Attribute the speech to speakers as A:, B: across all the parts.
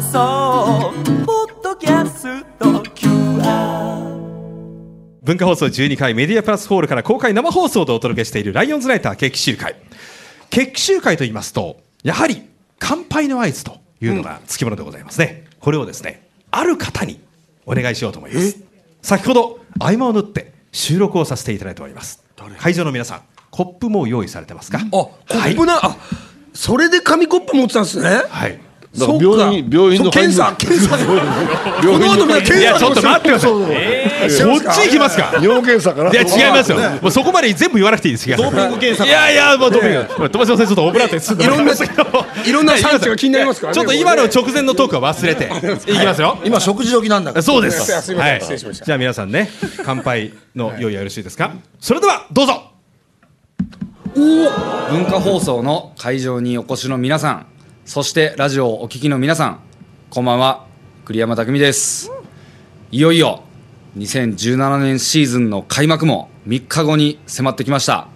A: 送ポッドキャスト QR
B: 文化放送12回メディアプラスホールから公開生放送でお届けしているライオンズライター決起集会決起集会と言いますとやはり乾杯の合図というのが付き物でございますね、これをですねある方にお願いしようと思います先ほど合間を縫って収録をさせていただいております会場の皆さんコップもう用意されてますか
C: あ、コップな、あ、それで紙コップ持ってたんですね。
B: はい、はい
D: だから
C: そうか
D: 病院病院の
C: そう検査、
D: 患
C: 検 査。この後みんな検査
B: いやちょっと待ってください、
C: そう
B: こっち行きますか
D: 尿検査から
B: いや違いますよ、もうそこまで全部言わなくていいですよドーピング検査いやいやもうドーピングまあ友達の先生ちょっとオブラートに包んでもらいましたけど
C: いろんな産地が気になりますからね
B: ちょっと今の直前のトークは忘れていきますよ
E: 今食事時なんだから
B: そうです
C: いません失礼しました
B: じゃあ皆さんね乾杯の用意はよろしいですかそれではどうぞ
F: 文化放送の会場にお越しの皆さんそしてラジオをお聞きの皆さんこんばんは栗山巧ですいよいよ2017年シーズンの開幕も3日後に迫ってきました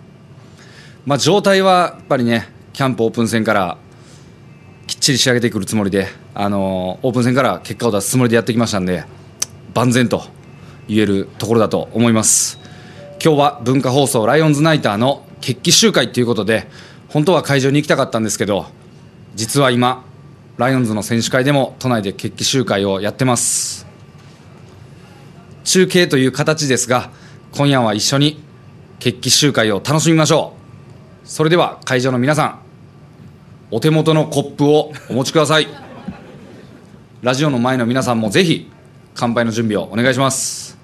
F: まあ状態はやっぱりねキャンプオープン戦からきっちり仕上げてくるつもりであのーオープン戦から結果を出すつもりでやってきましたんで万全と言えるところだと思います今日は文化放送ライオンズナイターの決起集会ということで本当は会場に行きたかったんですけど実は今ライオンズの選手会でも都内で決起集会をやってます中継という形ですが今夜は一緒に決起集会を楽しみましょうそれでは会場の皆さんお手元のコップをお持ちくださいラジオの前の皆さんもぜひ乾杯の準備をお願いします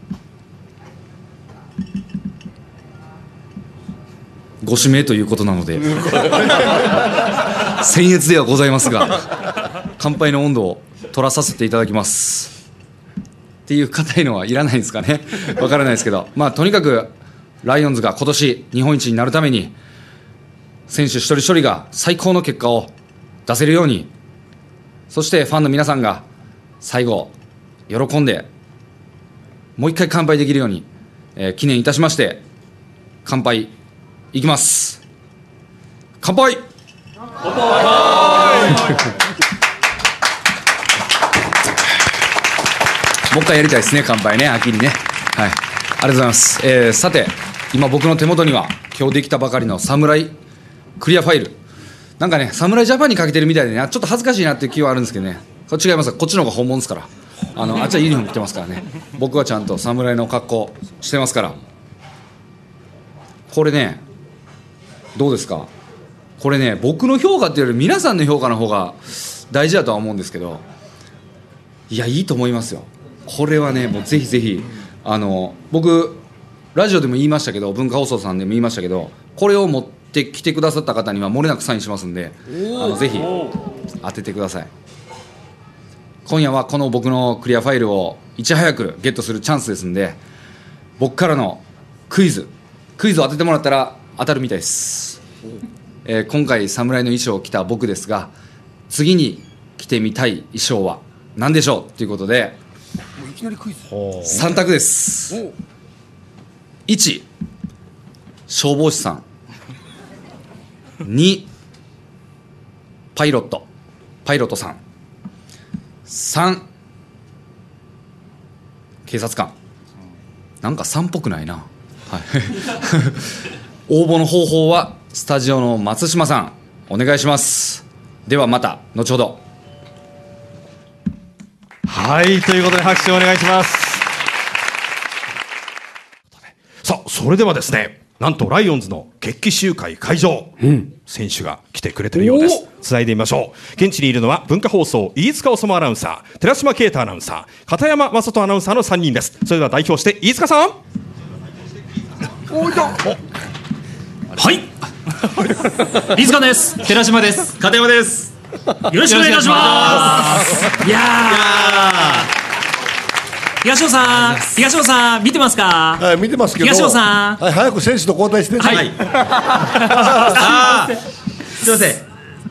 F: ご指名ということなので僭越ではございますが乾杯の温度を取らさせていただきますっていう硬いのはいらないんですかねわからないですけどまあとにかくライオンズが今年日本一になるために選手一人一人が最高の結果を出せるようにそしてファンの皆さんが最後喜んでもう一回乾杯できるように、えー記念いたしまして乾杯いきます乾杯 もう一回やりたいですね、乾杯ね、秋にね。はい。ありがとうございます。えーさて、今僕の手元には、今日できたばかりの侍クリアファイル。なんかね、侍ジャパンにかけてるみたいでね、ちょっと恥ずかしいなっていう気はあるんですけどね。これ違います。こっちの方が本物ですから。あの、あっちはユニフォーム着てますからね。僕はちゃんと侍の格好してますから。これね、どうですかこれね、僕の評価っていうより皆さんの評価の方が大事だとは思うんですけど、いや、いいと思いますよ。これはね、もうぜひぜひ、あの、僕、ラジオでも言いましたけど、文化放送さんでも言いましたけど、これを持ってきてくださった方には漏れなくサインしますんで、あのぜひ当ててください。今夜はこの僕のクリアファイルをいち早くゲットするチャンスですんで、僕からのクイズ、クイズを当ててもらったら当たるみたいです。えー今回侍の衣装を着た僕ですが次に着てみたい衣装は何でしょうということで3択です1消防士さん2パイロットパイロットさん3警察官なんか3っぽくない な応募の方法はスタジオの松島さんお願いしますではまた後ほど
B: はいということで拍手をお願いしますさあそれではですねなんとライオンズの決起集会会場、選手が来てくれてるようですつないでみましょう現地にいるのは文化放送飯塚治アナウンサー寺島啓太アナウンサー片山正人アナウンサーの3人ですそれでは代表して飯塚さん
G: はい。 飯塚です。寺島です。片山です。よろしくお願いいたします。いやー。東野さん、東野さん、見てますか。
D: はい、見てますけど
G: 東野さん
D: はい、早く選手と交代して
G: はい。
E: すいません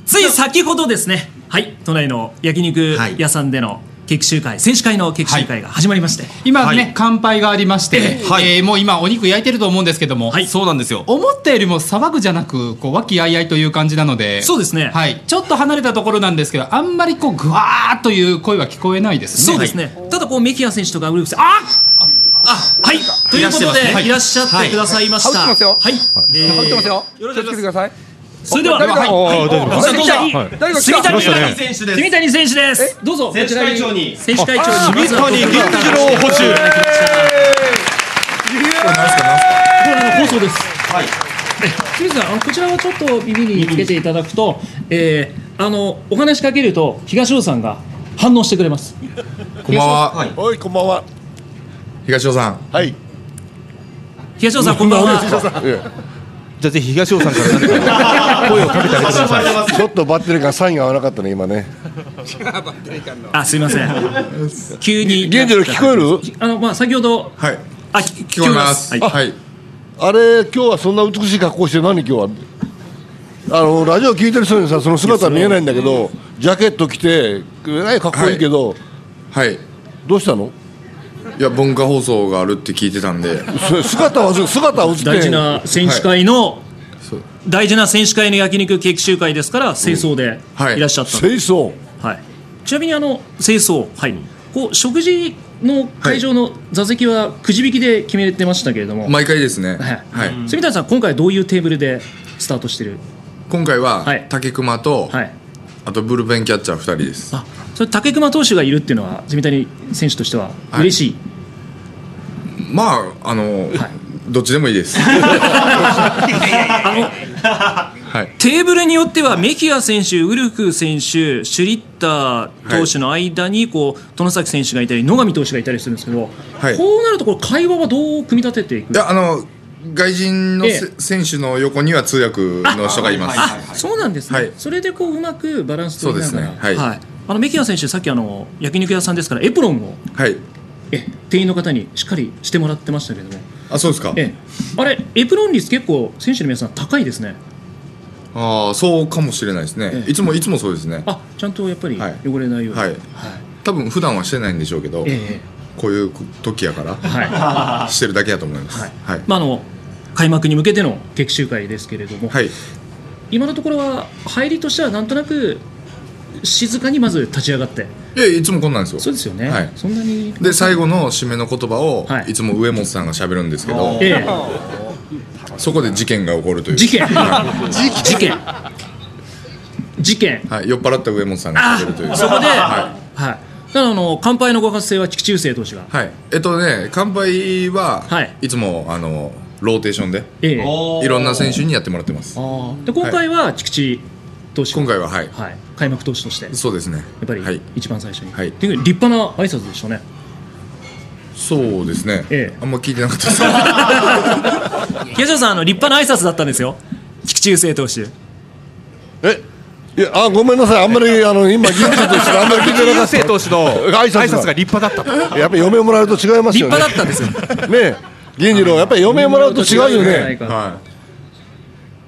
G: つい先ほどですね。はい、都内の焼肉屋さんでの決起集会選手会の決起集会が始まりまして、
D: 今ね、
B: はい
D: 乾杯がありまして、
B: はい
D: えーもう今お肉焼いてると思うんですけども、
G: はい
B: そうなんですよ。
D: 思ったよりも騒ぐじゃなくこう和気あいあいという感じなので
G: そうですね
D: はい、ちょっと離れたところなんですけどあんまりこうグワーッという声は聞こえないですね
G: そうですね、ただこうメキア選手とかウルフ選手ああはいということで、い、らっしゃってくださいました、
C: 羽織ってますよ
G: はい、えー
C: 入ってますよ。気を
G: よ
C: つ
G: ろしく
C: けてく
G: お願いしま
C: ださい。
G: すそれでは
B: ああ
C: お
B: 大丈夫です
C: 誰か来
B: か。
G: はい
C: た。誰か来た。
B: 来ましたね。
G: 選手です。住谷選手です。どうぞ。選手会長に。選手会長に。
B: 三谷銀次郎補充。
G: これあの放送です。はい。清水さん、あのこちらをちょっと耳につけていただくと、えー、あのお話しかけると東尾さんが反応してくれます。
E: こんばんは。
H: おいこんばんは
E: 東尾さん。
H: はい
G: 東尾さん、こんばんは。
E: じゃあぜひ東尾さんから 何か声をかけてあげてください。
H: ちょっとバッテリーがサインが合わなかったね今ね
G: あ、すみませ ん。急に。
H: 源次郎聞こえる
G: あのまあ先ほど。
E: はい。
G: あ、聞
E: 聞こえます。
G: はい。
E: はい。
H: あれ今日はそんな美しい格好して何今日はあのラジオ聞いてる人にさその姿見えないんだけどジャケット着てえらいかっこいいけど、
E: はい。
H: どうしたの
E: いや文化放送があるって聞いてたんで。
H: す姿は姿は映って
G: 大事な選手会の、大事な選手会の焼肉決起集会ですから清掃で
E: はい
G: いらっしゃったんで
H: 清掃
G: はい、ちなみにあの清掃、はい、こう食事の会場の座席はくじ引きで決めてましたけれども、
E: 毎回ですね。
G: はい
E: はい。
G: 住谷さん、今回どういうテーブルでスタートしてる、
E: 今回は
G: はい
E: 竹熊と
G: はい、
E: あとブルペンキャッチャー二人です。
G: あそれ竹熊投手がいるっていうのは住谷選手としては
E: はい
G: 嬉しい、
E: まああのどっちでもいいです。はい。
G: テーブルによってはメヒア選手、ウルフ選手、シュリッター投手の間にこう殿崎選手がいたり野上投手がいたりするんですけど、
E: はい
G: こうなるとこれ会話はどう組み立てていく
E: いやあの外人の
G: ええ
E: せ選手の横には通訳の人がいます。
G: あ、そうなんですね、
E: はい
G: それでこううまくバランス取りながら、
E: そうですねはい
G: あのメキア選手さっきあの焼肉屋さんですからエプロンを
E: はい。
G: え店員の方にしっかりしてもらってましたけれども
E: あそうですか。
G: えあれエプロン率結構選手の皆さん高いですね
E: ああそうかもしれないですね
G: え。え
E: いつもいつもそうですね。
G: あちゃんとやっぱり
E: はい
G: 汚れないように
E: はい多分普段はしてないんでしょうけど、
G: え
E: こういう時やか
G: え
E: ら
G: はい、まあ
E: してるだけやと思います。はい。
G: あの開幕に向けての決起集会ですけれども、
E: はい。
G: 今のところは入りとしてはなんとなく静かにまず立ち上がって
E: いやいつもこんなんですよ。
G: そうですよね、
E: はい
G: そんなに
E: で最後の締めの言葉を、
G: はい
E: い、つも上本さんが喋るんですけど、
G: ええ
E: そこで事件が起こるという。
G: 事件
E: は
G: 事件事件
E: い、はい酔っ払った上本さんが喋るという。
G: そこで、は、
E: はい
G: ただあの乾杯のご発声は菊池雄星投手が
E: い。はい。えっとね乾杯は、
G: はい
E: い、つもあのローテーションで
G: ええ
E: いろんな選手にやってもらってます。
G: で今回は菊池投手が
E: 今回ははい。
G: はい、開幕投手としてや
E: そうですね。や
G: っぱ
E: はい
G: り。一番最初に、
E: はい
G: っていう立派な挨拶でしたね
E: そうですね。
G: ええ
E: あんま聞いてなかったで す。あ
G: 東野さんあの立派な挨拶だったんですよ菊池雄星投手
H: えいやあごめんなさいあんまりあの今銀次郎としてあんまり聞いてなかっ
B: 生投手の挨
H: 挨拶が
B: 拶が立派だったと。
H: たやっぱり嫁もらうと違います
G: 立
H: よね
G: 派だったんですよ
H: ねえ銀次郎やっぱり嫁もらうと違うよね
E: は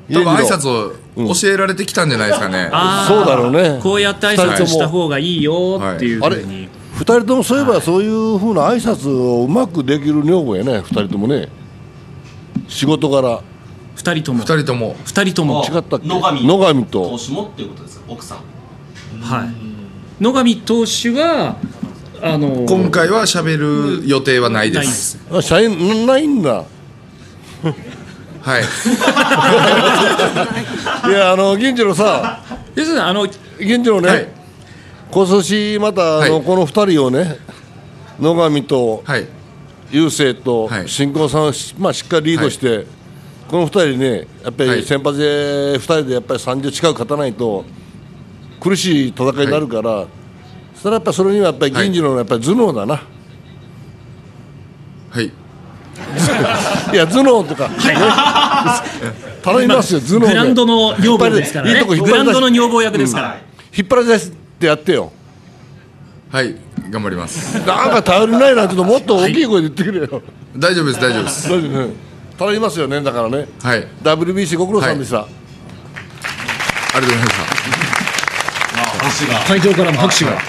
E: い。多分挨拶を教えられてきたんじゃないですかね。
H: そうだろうね
G: こうやって挨拶した方がいいよっていう
H: あ
G: ふ
H: れ
G: うに、
H: 二人ともそういえばそういうふうな挨拶をうまくできる女房やね二人ともね仕事柄
G: 二人とも
E: 二人とも。
G: 二人とも
H: 違ったっけ
I: 野上
H: 野上と
I: 手もっていうことですか奥さん
G: はい、野上投手はあの
E: 今回は喋る予定はないです。
H: あ社員なないんだ
E: はい。
H: いやあの銀次郎さ
G: ですねあの
H: 銀次郎ね、
E: はい
H: 今年またあの、
E: はい
H: この二人をね野上と
E: はい。
H: 雄星と
E: はい
H: 新婚さんをし,、まあ、しっかりリードして、この二人ねやっぱ
E: は
H: り
E: い
H: 先発で二人でやっぱり30近く勝たないと苦しい戦いになるから、そしたらやっぱそれにはやっぱり銀次郎のやっぱり頭脳だな、
E: はい。
H: いや頭脳とか、ね、頼みますよ頭脳
G: グランドの女房ですから
H: い
G: ね
H: いとこ引っ
G: グ
H: 張り
G: ラン
H: 出し
G: ドの女房役ですから、
H: 引っ張り出してやってよ
E: はい。頑張ります。
H: なんか頼りないなちょっともっと大きい声で言ってくれよ、
E: 大丈夫です。大丈夫です。
H: 大丈夫ね頼みますよねだからね
E: はい。あり
H: WBC ご苦労さんでした、
E: がとうございました。
G: 会場からも拍手が。
I: おっし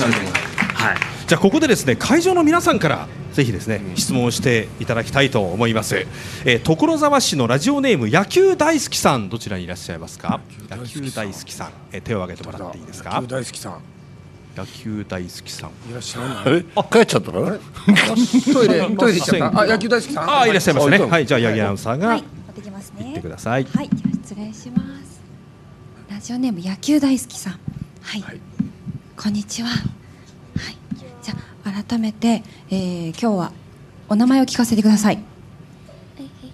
I: ゃると思います
G: はい
B: じゃあここでですね会場の皆さんからぜひですね質問をしていただきたいと思います、えー所沢市のラジオネーム野球大好きさんどちらにいらっしゃいますか野球大好きさん、えー手を挙げてもらっていいですか
C: 野球大好きさん
B: 野球大好きさん
C: いらっしゃらない
H: あれ帰っちゃったかな
C: トイレトイレ行っちゃったあ野球大好きさん
B: ああいらっしゃいますね
H: あいたの
B: はいじゃあ八木アナウンサー
I: は
B: が
I: い、持ってきますね。
B: 言ってください
I: はい、じゃあ失礼します。ラジオネーム野球大好きさん。はい。こんにちは。はい。じゃあ改めて、えー、今日はお名前を聞かせてください。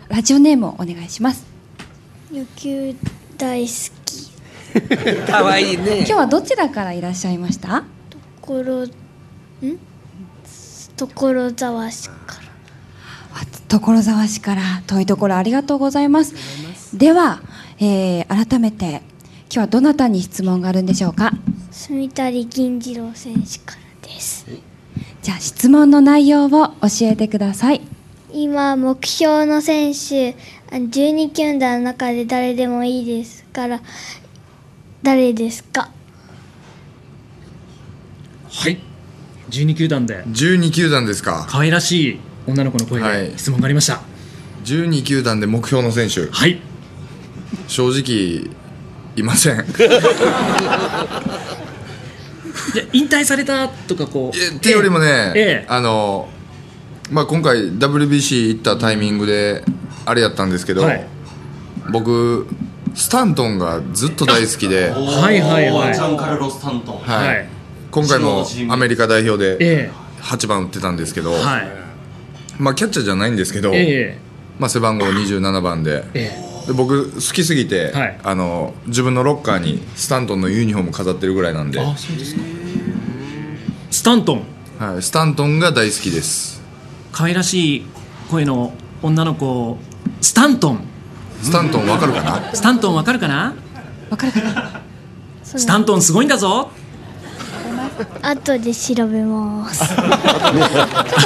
I: ラジオネームをお願いします。
J: 野球大好き
C: 可愛いね
I: 今日はどちらからいらっしゃいました？
J: ころん所沢市から
I: あ所沢市から遠いところありがとうございます。では、えー、改めて今日はどなたに質問があるんでしょうか。
J: 住谷銀次郎選手からです
I: じゃあ質問の内容を教えてください。
J: 今目標の選手あ12球団の中で誰でもいいですから誰ですか
G: はい12球団で
E: 12球団ですか
G: 可愛らしい女の子の声
E: は
G: で
E: い
G: 質問がありました
E: 12球団で目標の選手
G: はい
E: 正直いま せんっ
G: いや引退されたとかこう
E: ていうよりもね、
G: ええ
E: あのまあ今回 WBC 行ったタイミングであれやったんですけど、
G: はい
E: 僕スタントンがずっと大好きで、はい
G: はいはいはい
A: ジャンカルロスタントン
G: はい
E: 今回もアメリカ代表で
G: え
E: 8番打ってたんですけど、
G: えはい
E: まあキャッチャーじゃないんですけど、
G: え
E: まあ、背番号27番で
G: ええ
E: で僕好きすぎて、
G: はい
E: あの自分のロッカーにスタントンのユニフォーム飾ってるぐらいなんで、
G: えあそうですかスタントン
E: はい、スタントンが大好きです
G: 可愛らしい声の女の子スタントン
E: スタントンわかるかな
G: スタントンわかるかな
I: わかるかな。
J: そ
G: スタ
J: の
G: ントンすごいんだぞ
J: 後で調べます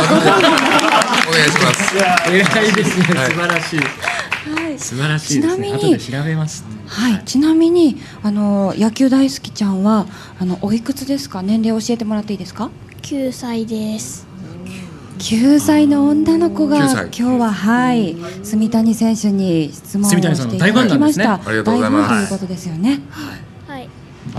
E: お願いします
G: 偉いですね素晴らしい
I: はい。
G: 素晴らしいですね
I: ちなみ
G: 後
I: に
G: で調べます
I: はい、ちなみにあの野球大好きちゃんはあのおいくつですか年齢を教えてもらっていいですか
J: 9歳です
I: 9歳の女の子が
E: 9
I: 今
E: 歳
I: 日ははい住谷選手に質問を
G: 住谷さ
I: し
G: ん
I: て
G: の
I: いただきました
E: ァンなんですねあり
G: 大フ
E: がとうござ
I: 大
E: います
I: ファンということですよね、
J: はい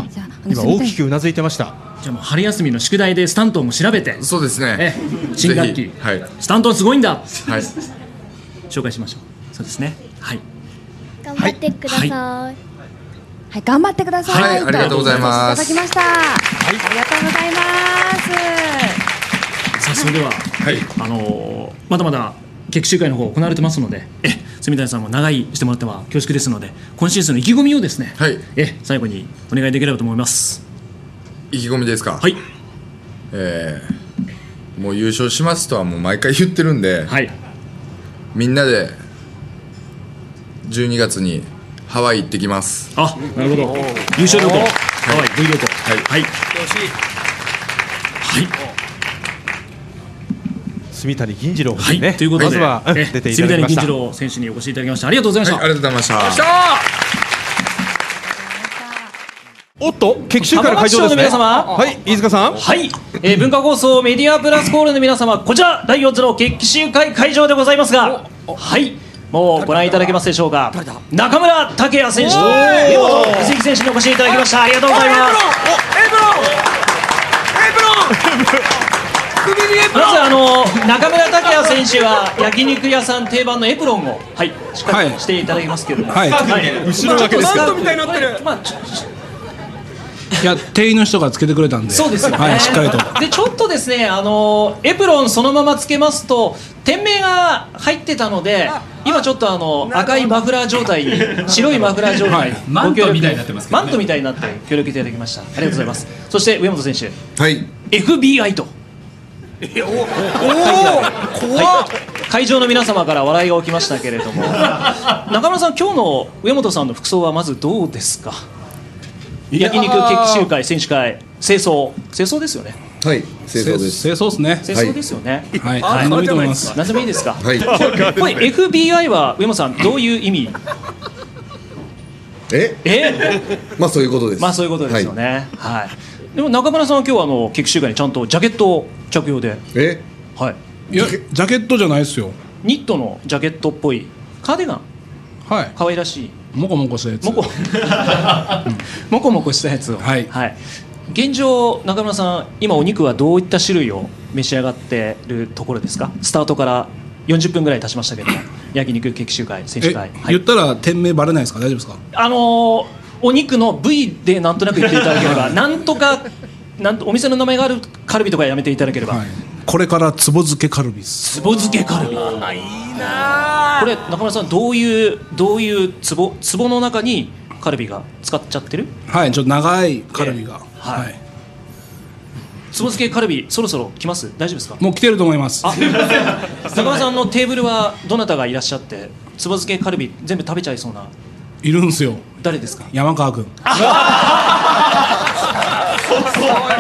I: じゃああの
B: 今
I: 住
B: 大
I: 谷
B: きくうなずいてました
G: じゃあもう春休みの宿題でスタントンも調べて
E: そうです
G: え
E: ね
G: え新学期
E: ぜひはい、はい、
G: スタントンすごいんだ紹介しましょうそうですねはい
J: 頑張ってください、
I: はい頑張ってください、
E: はいありがとうございま
I: いただ
E: す
I: きました、ありがとうございます
G: さあそれでは、
E: い
G: あのーまだまだ決起集会の方行われてますのでえ住谷さんも長居してもらっては恐縮ですので今シーズンの意気込みをですね、
E: はい
G: え最後にお願いできればと思います
E: 意気込みですか
G: はい
E: えーもう優勝しますとはもう毎回言ってるんで、
G: はい
E: みんなで12月にハワイ行ってきます
G: あなるほど優勝旅行ハワイ V 旅行はいはい、
B: 住谷銀次郎
G: は
B: 君
G: い
B: ね、
G: ということで、
B: まずはうん
G: え
B: 出ていただ
G: 住
B: き
G: 谷
B: まし
G: 銀
B: た
G: 次郎選手にお越しいただきましたありがとうございま
E: は
G: し
E: い
G: た、
E: ありがとうございました
B: おっと決起集会の会場ですね
G: 浜松町の皆様
B: はい飯塚さん
G: はい、えー文化放送メディアプラスコールの皆様こちら第4つの決起集会会場でございますがはいもうご覧いただけますでしょうか中村拓也選手と根本関選手にお越しいただきましたありがとうございますまずあの中村拓也選手は焼肉屋さん定番のエプロンをはいしっかりとしていただきますけれども
F: はい
B: 後ろだけです
G: マントみたいになってる、まあちょ
F: いや店員の人がつけてくれたんで
G: そうですよね、
F: はいしっかりと
G: でちょっとですねあのエプロンそのままつけますと店名が入ってたので今ちょっとあの赤いマフラー状 態に白いマフラー状態に
D: マン
G: ご
D: ト
G: 協力
D: みたいになってますけどね
G: マントみたいになって協力いただきましたありがとうございますそして上本選手
E: はい、
G: FBI と。はい会場の皆様から笑いが起きましたけれ ども中村さん、今日の上本さんの服装はまずどうですか焼肉決起集会、選手会、清掃、清掃ですよね、
E: はい、清掃です
F: 清掃ですね
G: 清掃ですよね、
F: はい何でもいいと思います
G: 何でもいいですか、
E: はい
G: これ、FBI は上本さん、どういう意 味、
E: え
G: え
E: まあそういうことで
G: まあそういうことですよね、はいでも中村さんは今日はあの決起集会にちゃんとジャケットを着用で、
E: え
G: はい、
K: いやジャケットじゃないですよ
G: ニットのジャケットっぽいカーディガン
K: はい
G: 可愛らしい
K: もこもこしたやつ
G: もこ もこもこしたやつを
K: はい
G: 現状中村さん今お肉はどういった種類を召し上がってるところですかスタートから40分ぐらい経ちまし たけども焼肉決起集会選手
K: え、
G: 会、はい
K: 言ったら店名バレないですか大丈夫ですか
G: あのーお肉の部位でなんとなく言っていただけれ ばなんとかなんとお店の名前があるカルビとかやめていただければ、
K: これからつぼ漬けカルビです
G: つぼ漬けカルビいいなこれ中村さんどういうどういうつぼつぼの中にカルビが使っちゃってる
K: はいちょっと長いカルビが、
G: はい、つぼ漬けカルビそろそろ来ます大丈夫ですか
K: もう来てると思います
G: あ 中村さんのテーブルはどなたがいらっしゃってつぼ漬けカルビ全部食べちゃいそうない
K: るんすよ
G: 誰ですか
K: 山川君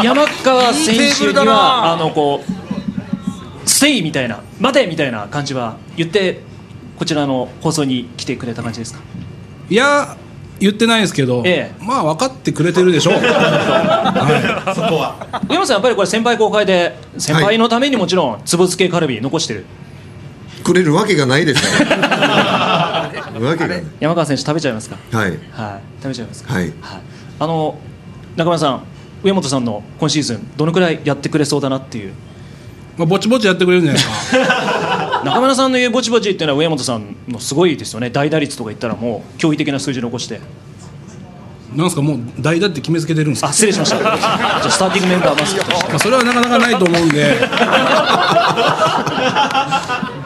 G: 山川選手に
K: いいテーブルだな
G: はあのこう「ステイ」みたいな「待て」みたいな感じは言ってこちらの放送に来てくれた感じですか
K: いや言ってないですけど、
G: え
K: まあ分かってくれてるで しょう
B: そこは
G: 上山さんやっぱりこれ先輩後輩で先輩のためにもちろんつぼ漬けカルビ残してる
E: くれるわけがないですねわけがない
G: 山川選手食べちゃいますか
E: はい
G: はい食べちゃいますか
E: はい
G: あの中村さん上本さんの今シーズンどのくらいやってくれそうだなっていう
K: まあぼちぼちやってくれるんじゃないですか
G: 中村さんの言うぼちぼちっていうのは上本さんのすごいですよね代打率とか言ったらもう驚異的な数字残して
K: なんすかもう代打って決めつけてるんですか
G: あ失礼 しましたじゃあスターティングメンバーマスクとして
K: まあ、それはなかなかないと思うんで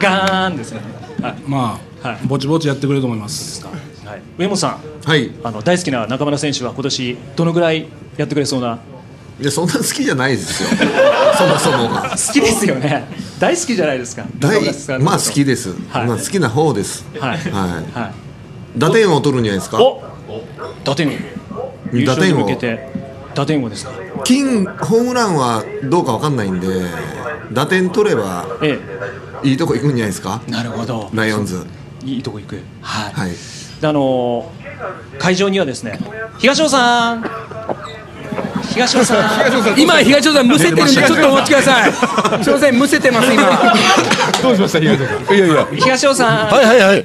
G: ガーンですねはい
K: まあ、
G: は
K: ぼちぼちやってくれると思います
G: はい、上本さん
E: はい
G: あの大好きな中村選手は今年どのぐらいやってくれそうない
E: やそんな好きじゃないですよそもそも
G: 好きですよね 大好きじゃないですか
E: 大
G: 中村さんの
E: ま
G: こと
E: あ 好きです、
G: はい
E: まあ好きな方です
G: は
E: は
G: い
E: い
G: は
E: 打点王を取るんじゃないですか
G: お打点王優
E: 打
G: 勝に
E: 点
G: 向
E: 王
G: けて打点王ですか
E: 金ホームランはどうかわかんないんで打点取れば
G: え
E: いいとこ行くんじゃないですか
G: えなるほど
E: ライオンズ
G: いいとこ行くは
E: は
G: い
E: い
G: であのー会場にはですね東尾さん東尾さん
C: 今東尾さんむせてるんでちょっとお待ちくださいすいませんむせてます今
B: どうしました東さん
H: いやいや
G: 東尾さん
H: はいはいはい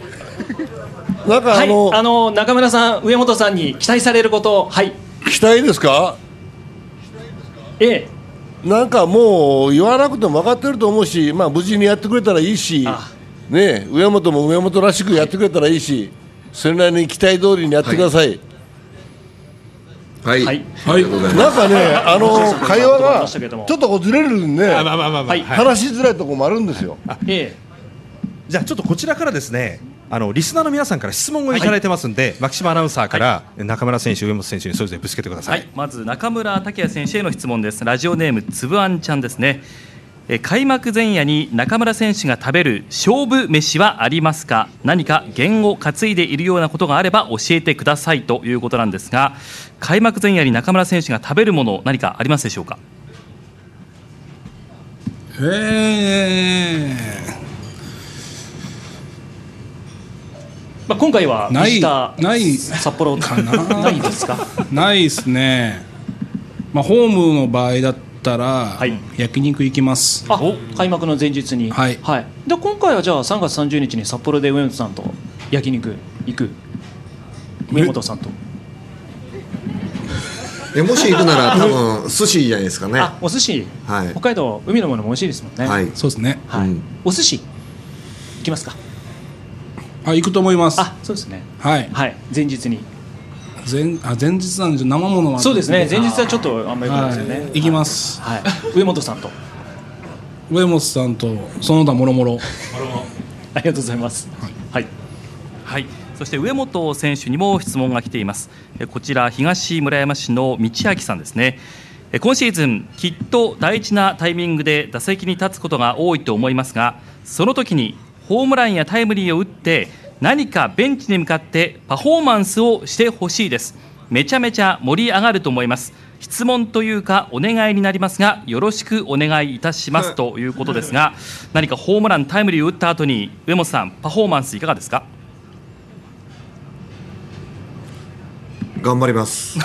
H: なんか
G: は
H: あ
G: い
H: の、
G: あのー中村さん上本さんに期待されることはい
H: 期待ですか
G: ええ
H: なんかもう言わなくても分かってると思うし、まあ、無事にやってくれたらいいし
G: あ、
H: ねえ、上本も上本らしくやってくれたらいいし、それなりに期待通りにやってください、
E: はい、
G: はい
E: ありがとうございま
H: なんかね、あの会話
G: あり
H: が
G: ました
H: ち
G: けど
H: ょ
G: も
H: っとこうずれるんで、
B: あまあまあまあまあ、
G: はい
B: はい
H: 話しづらいところもあるんですよ。
G: え
B: じゃあちょっとこちらからですねあのリスナーの皆さんから質問をいただいてますんで、マキシマアナウンサーから、中村選手、上本選手にそれぞれぶつけてくださ。
A: はいい、まず中村拓也選手への質問です。ラジオネームつぶあんちゃんですね。えー開幕前夜に中村選手が食べる勝負飯はありますか何か弦を担いでいるようなことがあれば教えてくださいということなんですが開幕前夜に中村選手が食べるもの何かありますでしょうか
K: え
G: まあ、今回は
K: ない
G: 藤田
K: ない
G: 札幌
K: かな
G: ないですか
K: ー、ないですねまあホームの場合だったら、
G: い
K: 焼肉行きます
G: あ開幕の前日に
K: はい
G: で今回はじゃあ3月30日に札幌で上本さんと焼肉行く上本さんと、
E: すえもし行くなら多分寿司じゃないですかね
G: あお寿司、
E: はい
G: 北海道海のものも美味しいですもんね
E: はい
K: そうですね
G: はい
E: うん
G: お寿司行きますか
K: あ行くと思います
G: あそうですね
K: はい
G: はい前日に
K: 前あ前日なんですよ生ものは
G: そうですね前日はちょっとあんまり良くない
K: は
G: ですよね、
K: い、行きます、
G: はい、上本さんと
K: 上本さんとその他もろもろ
G: ありがとうございますはい、
A: はい、そして上本選手にも質問が来ています。えこちら東村山市の道明さんですね。え今シーズンきっと大事なタイミングで打席に立つことが多いと思いますが、その時にホームランやタイムリーを打って何かベンチに向かってパフォーマンスをしてほしいです。めちゃめちゃ盛り上がると思います。質問というかお願いになりますが、よろしくお願いいたしますということですが、何かホームラン、タイムリーを打った後に上本さんパフォーマンスいかがですか？
L: 頑張ります。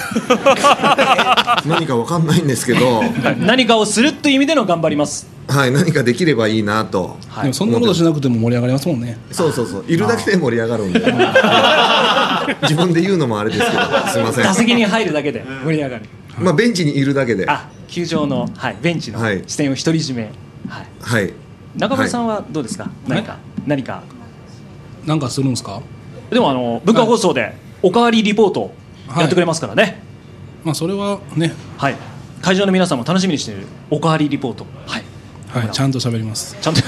L: 何かわかんないんですけど、
G: 何かをするという意味での頑張ります。
L: はい、何かできればいいなと。
K: でもそんなことしなくても盛り上がりますもんね
L: そうそうそう、いるだけで盛り上がるんで。自分で言うのもあれですけど、すみません。
G: 打席に入るだけで盛り上がる。
L: まあ、ベンチにいるだけで。は
G: 球場の、 はい、ベンチの
L: はい
G: 視点を独り占め。
L: い。
G: 中村さん
L: は
G: はどうですか。何か、何か。
K: なんかするんですか
G: でも、あの、文化放送で、おかわりリポート。やってくれますからね。
K: まあそれはね
G: はい。会場の皆さんも楽しみにしているおかわりリポート。はい。
K: はいちゃんと喋ります
G: ちゃんと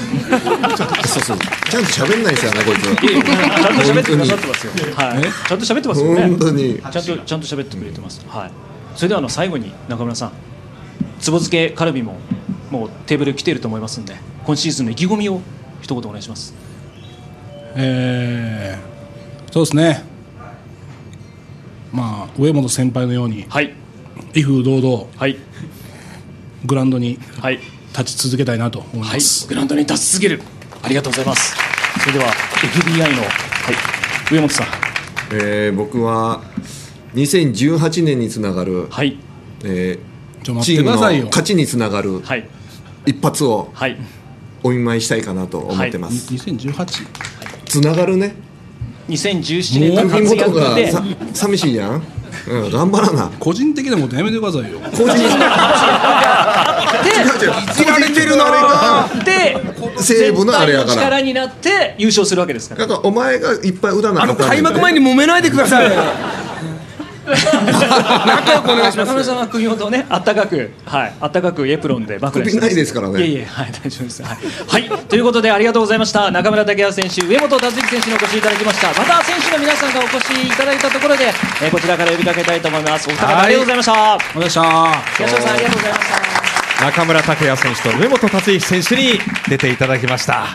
L: そうそう。ちゃんと喋んないですよね、こいつは。
G: いやいや ちゃんと喋ってくださってますよ。はい。ちゃんと喋ってますよね。
L: 本当に
G: ちゃんとちゃんと喋ってくれてます。はい。それではあの最後に中村さん、つぼ漬けカルビももうテーブル来ていると思いますんで、今シーズンの意気込みを一言お願いします。
K: えー、そうですねまあ上本先輩のように、
G: はい、
K: 威風堂々、
G: はい、
K: グラウンドに
G: 立
K: ち続けたいなと思い
G: は
K: ま
G: い
K: す、。
G: グラウンドに立ち続ける。ありがとうございます。それでは FBI の、はい、上本さん。
L: えー僕は2018年につながる、えー
K: ちょ待
L: チ
K: って
L: ー
K: く
L: ム
K: だ
L: の
K: さいよ
L: 勝ちにつながる一発をお見舞いしたいかなと思ってます、
K: 2018
L: つながるね
G: 2017
K: 年の活躍で
L: 首元がさ寂しいやん、うん、頑張らな
K: 個人的なことやめてくださいよ
L: 個人的
G: で、
L: 知られてるなあ
G: れで、
L: 西武のあれやから
G: 絶対の力になって優勝するわけですから。
L: だからお前がいっぱい歌なかった
C: 開幕前に揉めないでくださいよ
G: 仲良くお願いします。中村さんは首元をね、あったかく、はい、あったかくエプロンで枕にしてま
L: 首ないですからね
G: いえいえ、はい、大丈夫です。はい、はい、ということで、ありがとうございました。中村武也選手、上本達之選手にお越しいただきました。また選手の皆さんがお越しいただいたところで、えーこちらから呼びかけたいと思います。お二方ありがとうございました。あり
K: ござ
G: がとう
K: いました。
G: 東野さん、ありがとうございました。
B: 中村拓也選手と上本達之選手に出ていただきました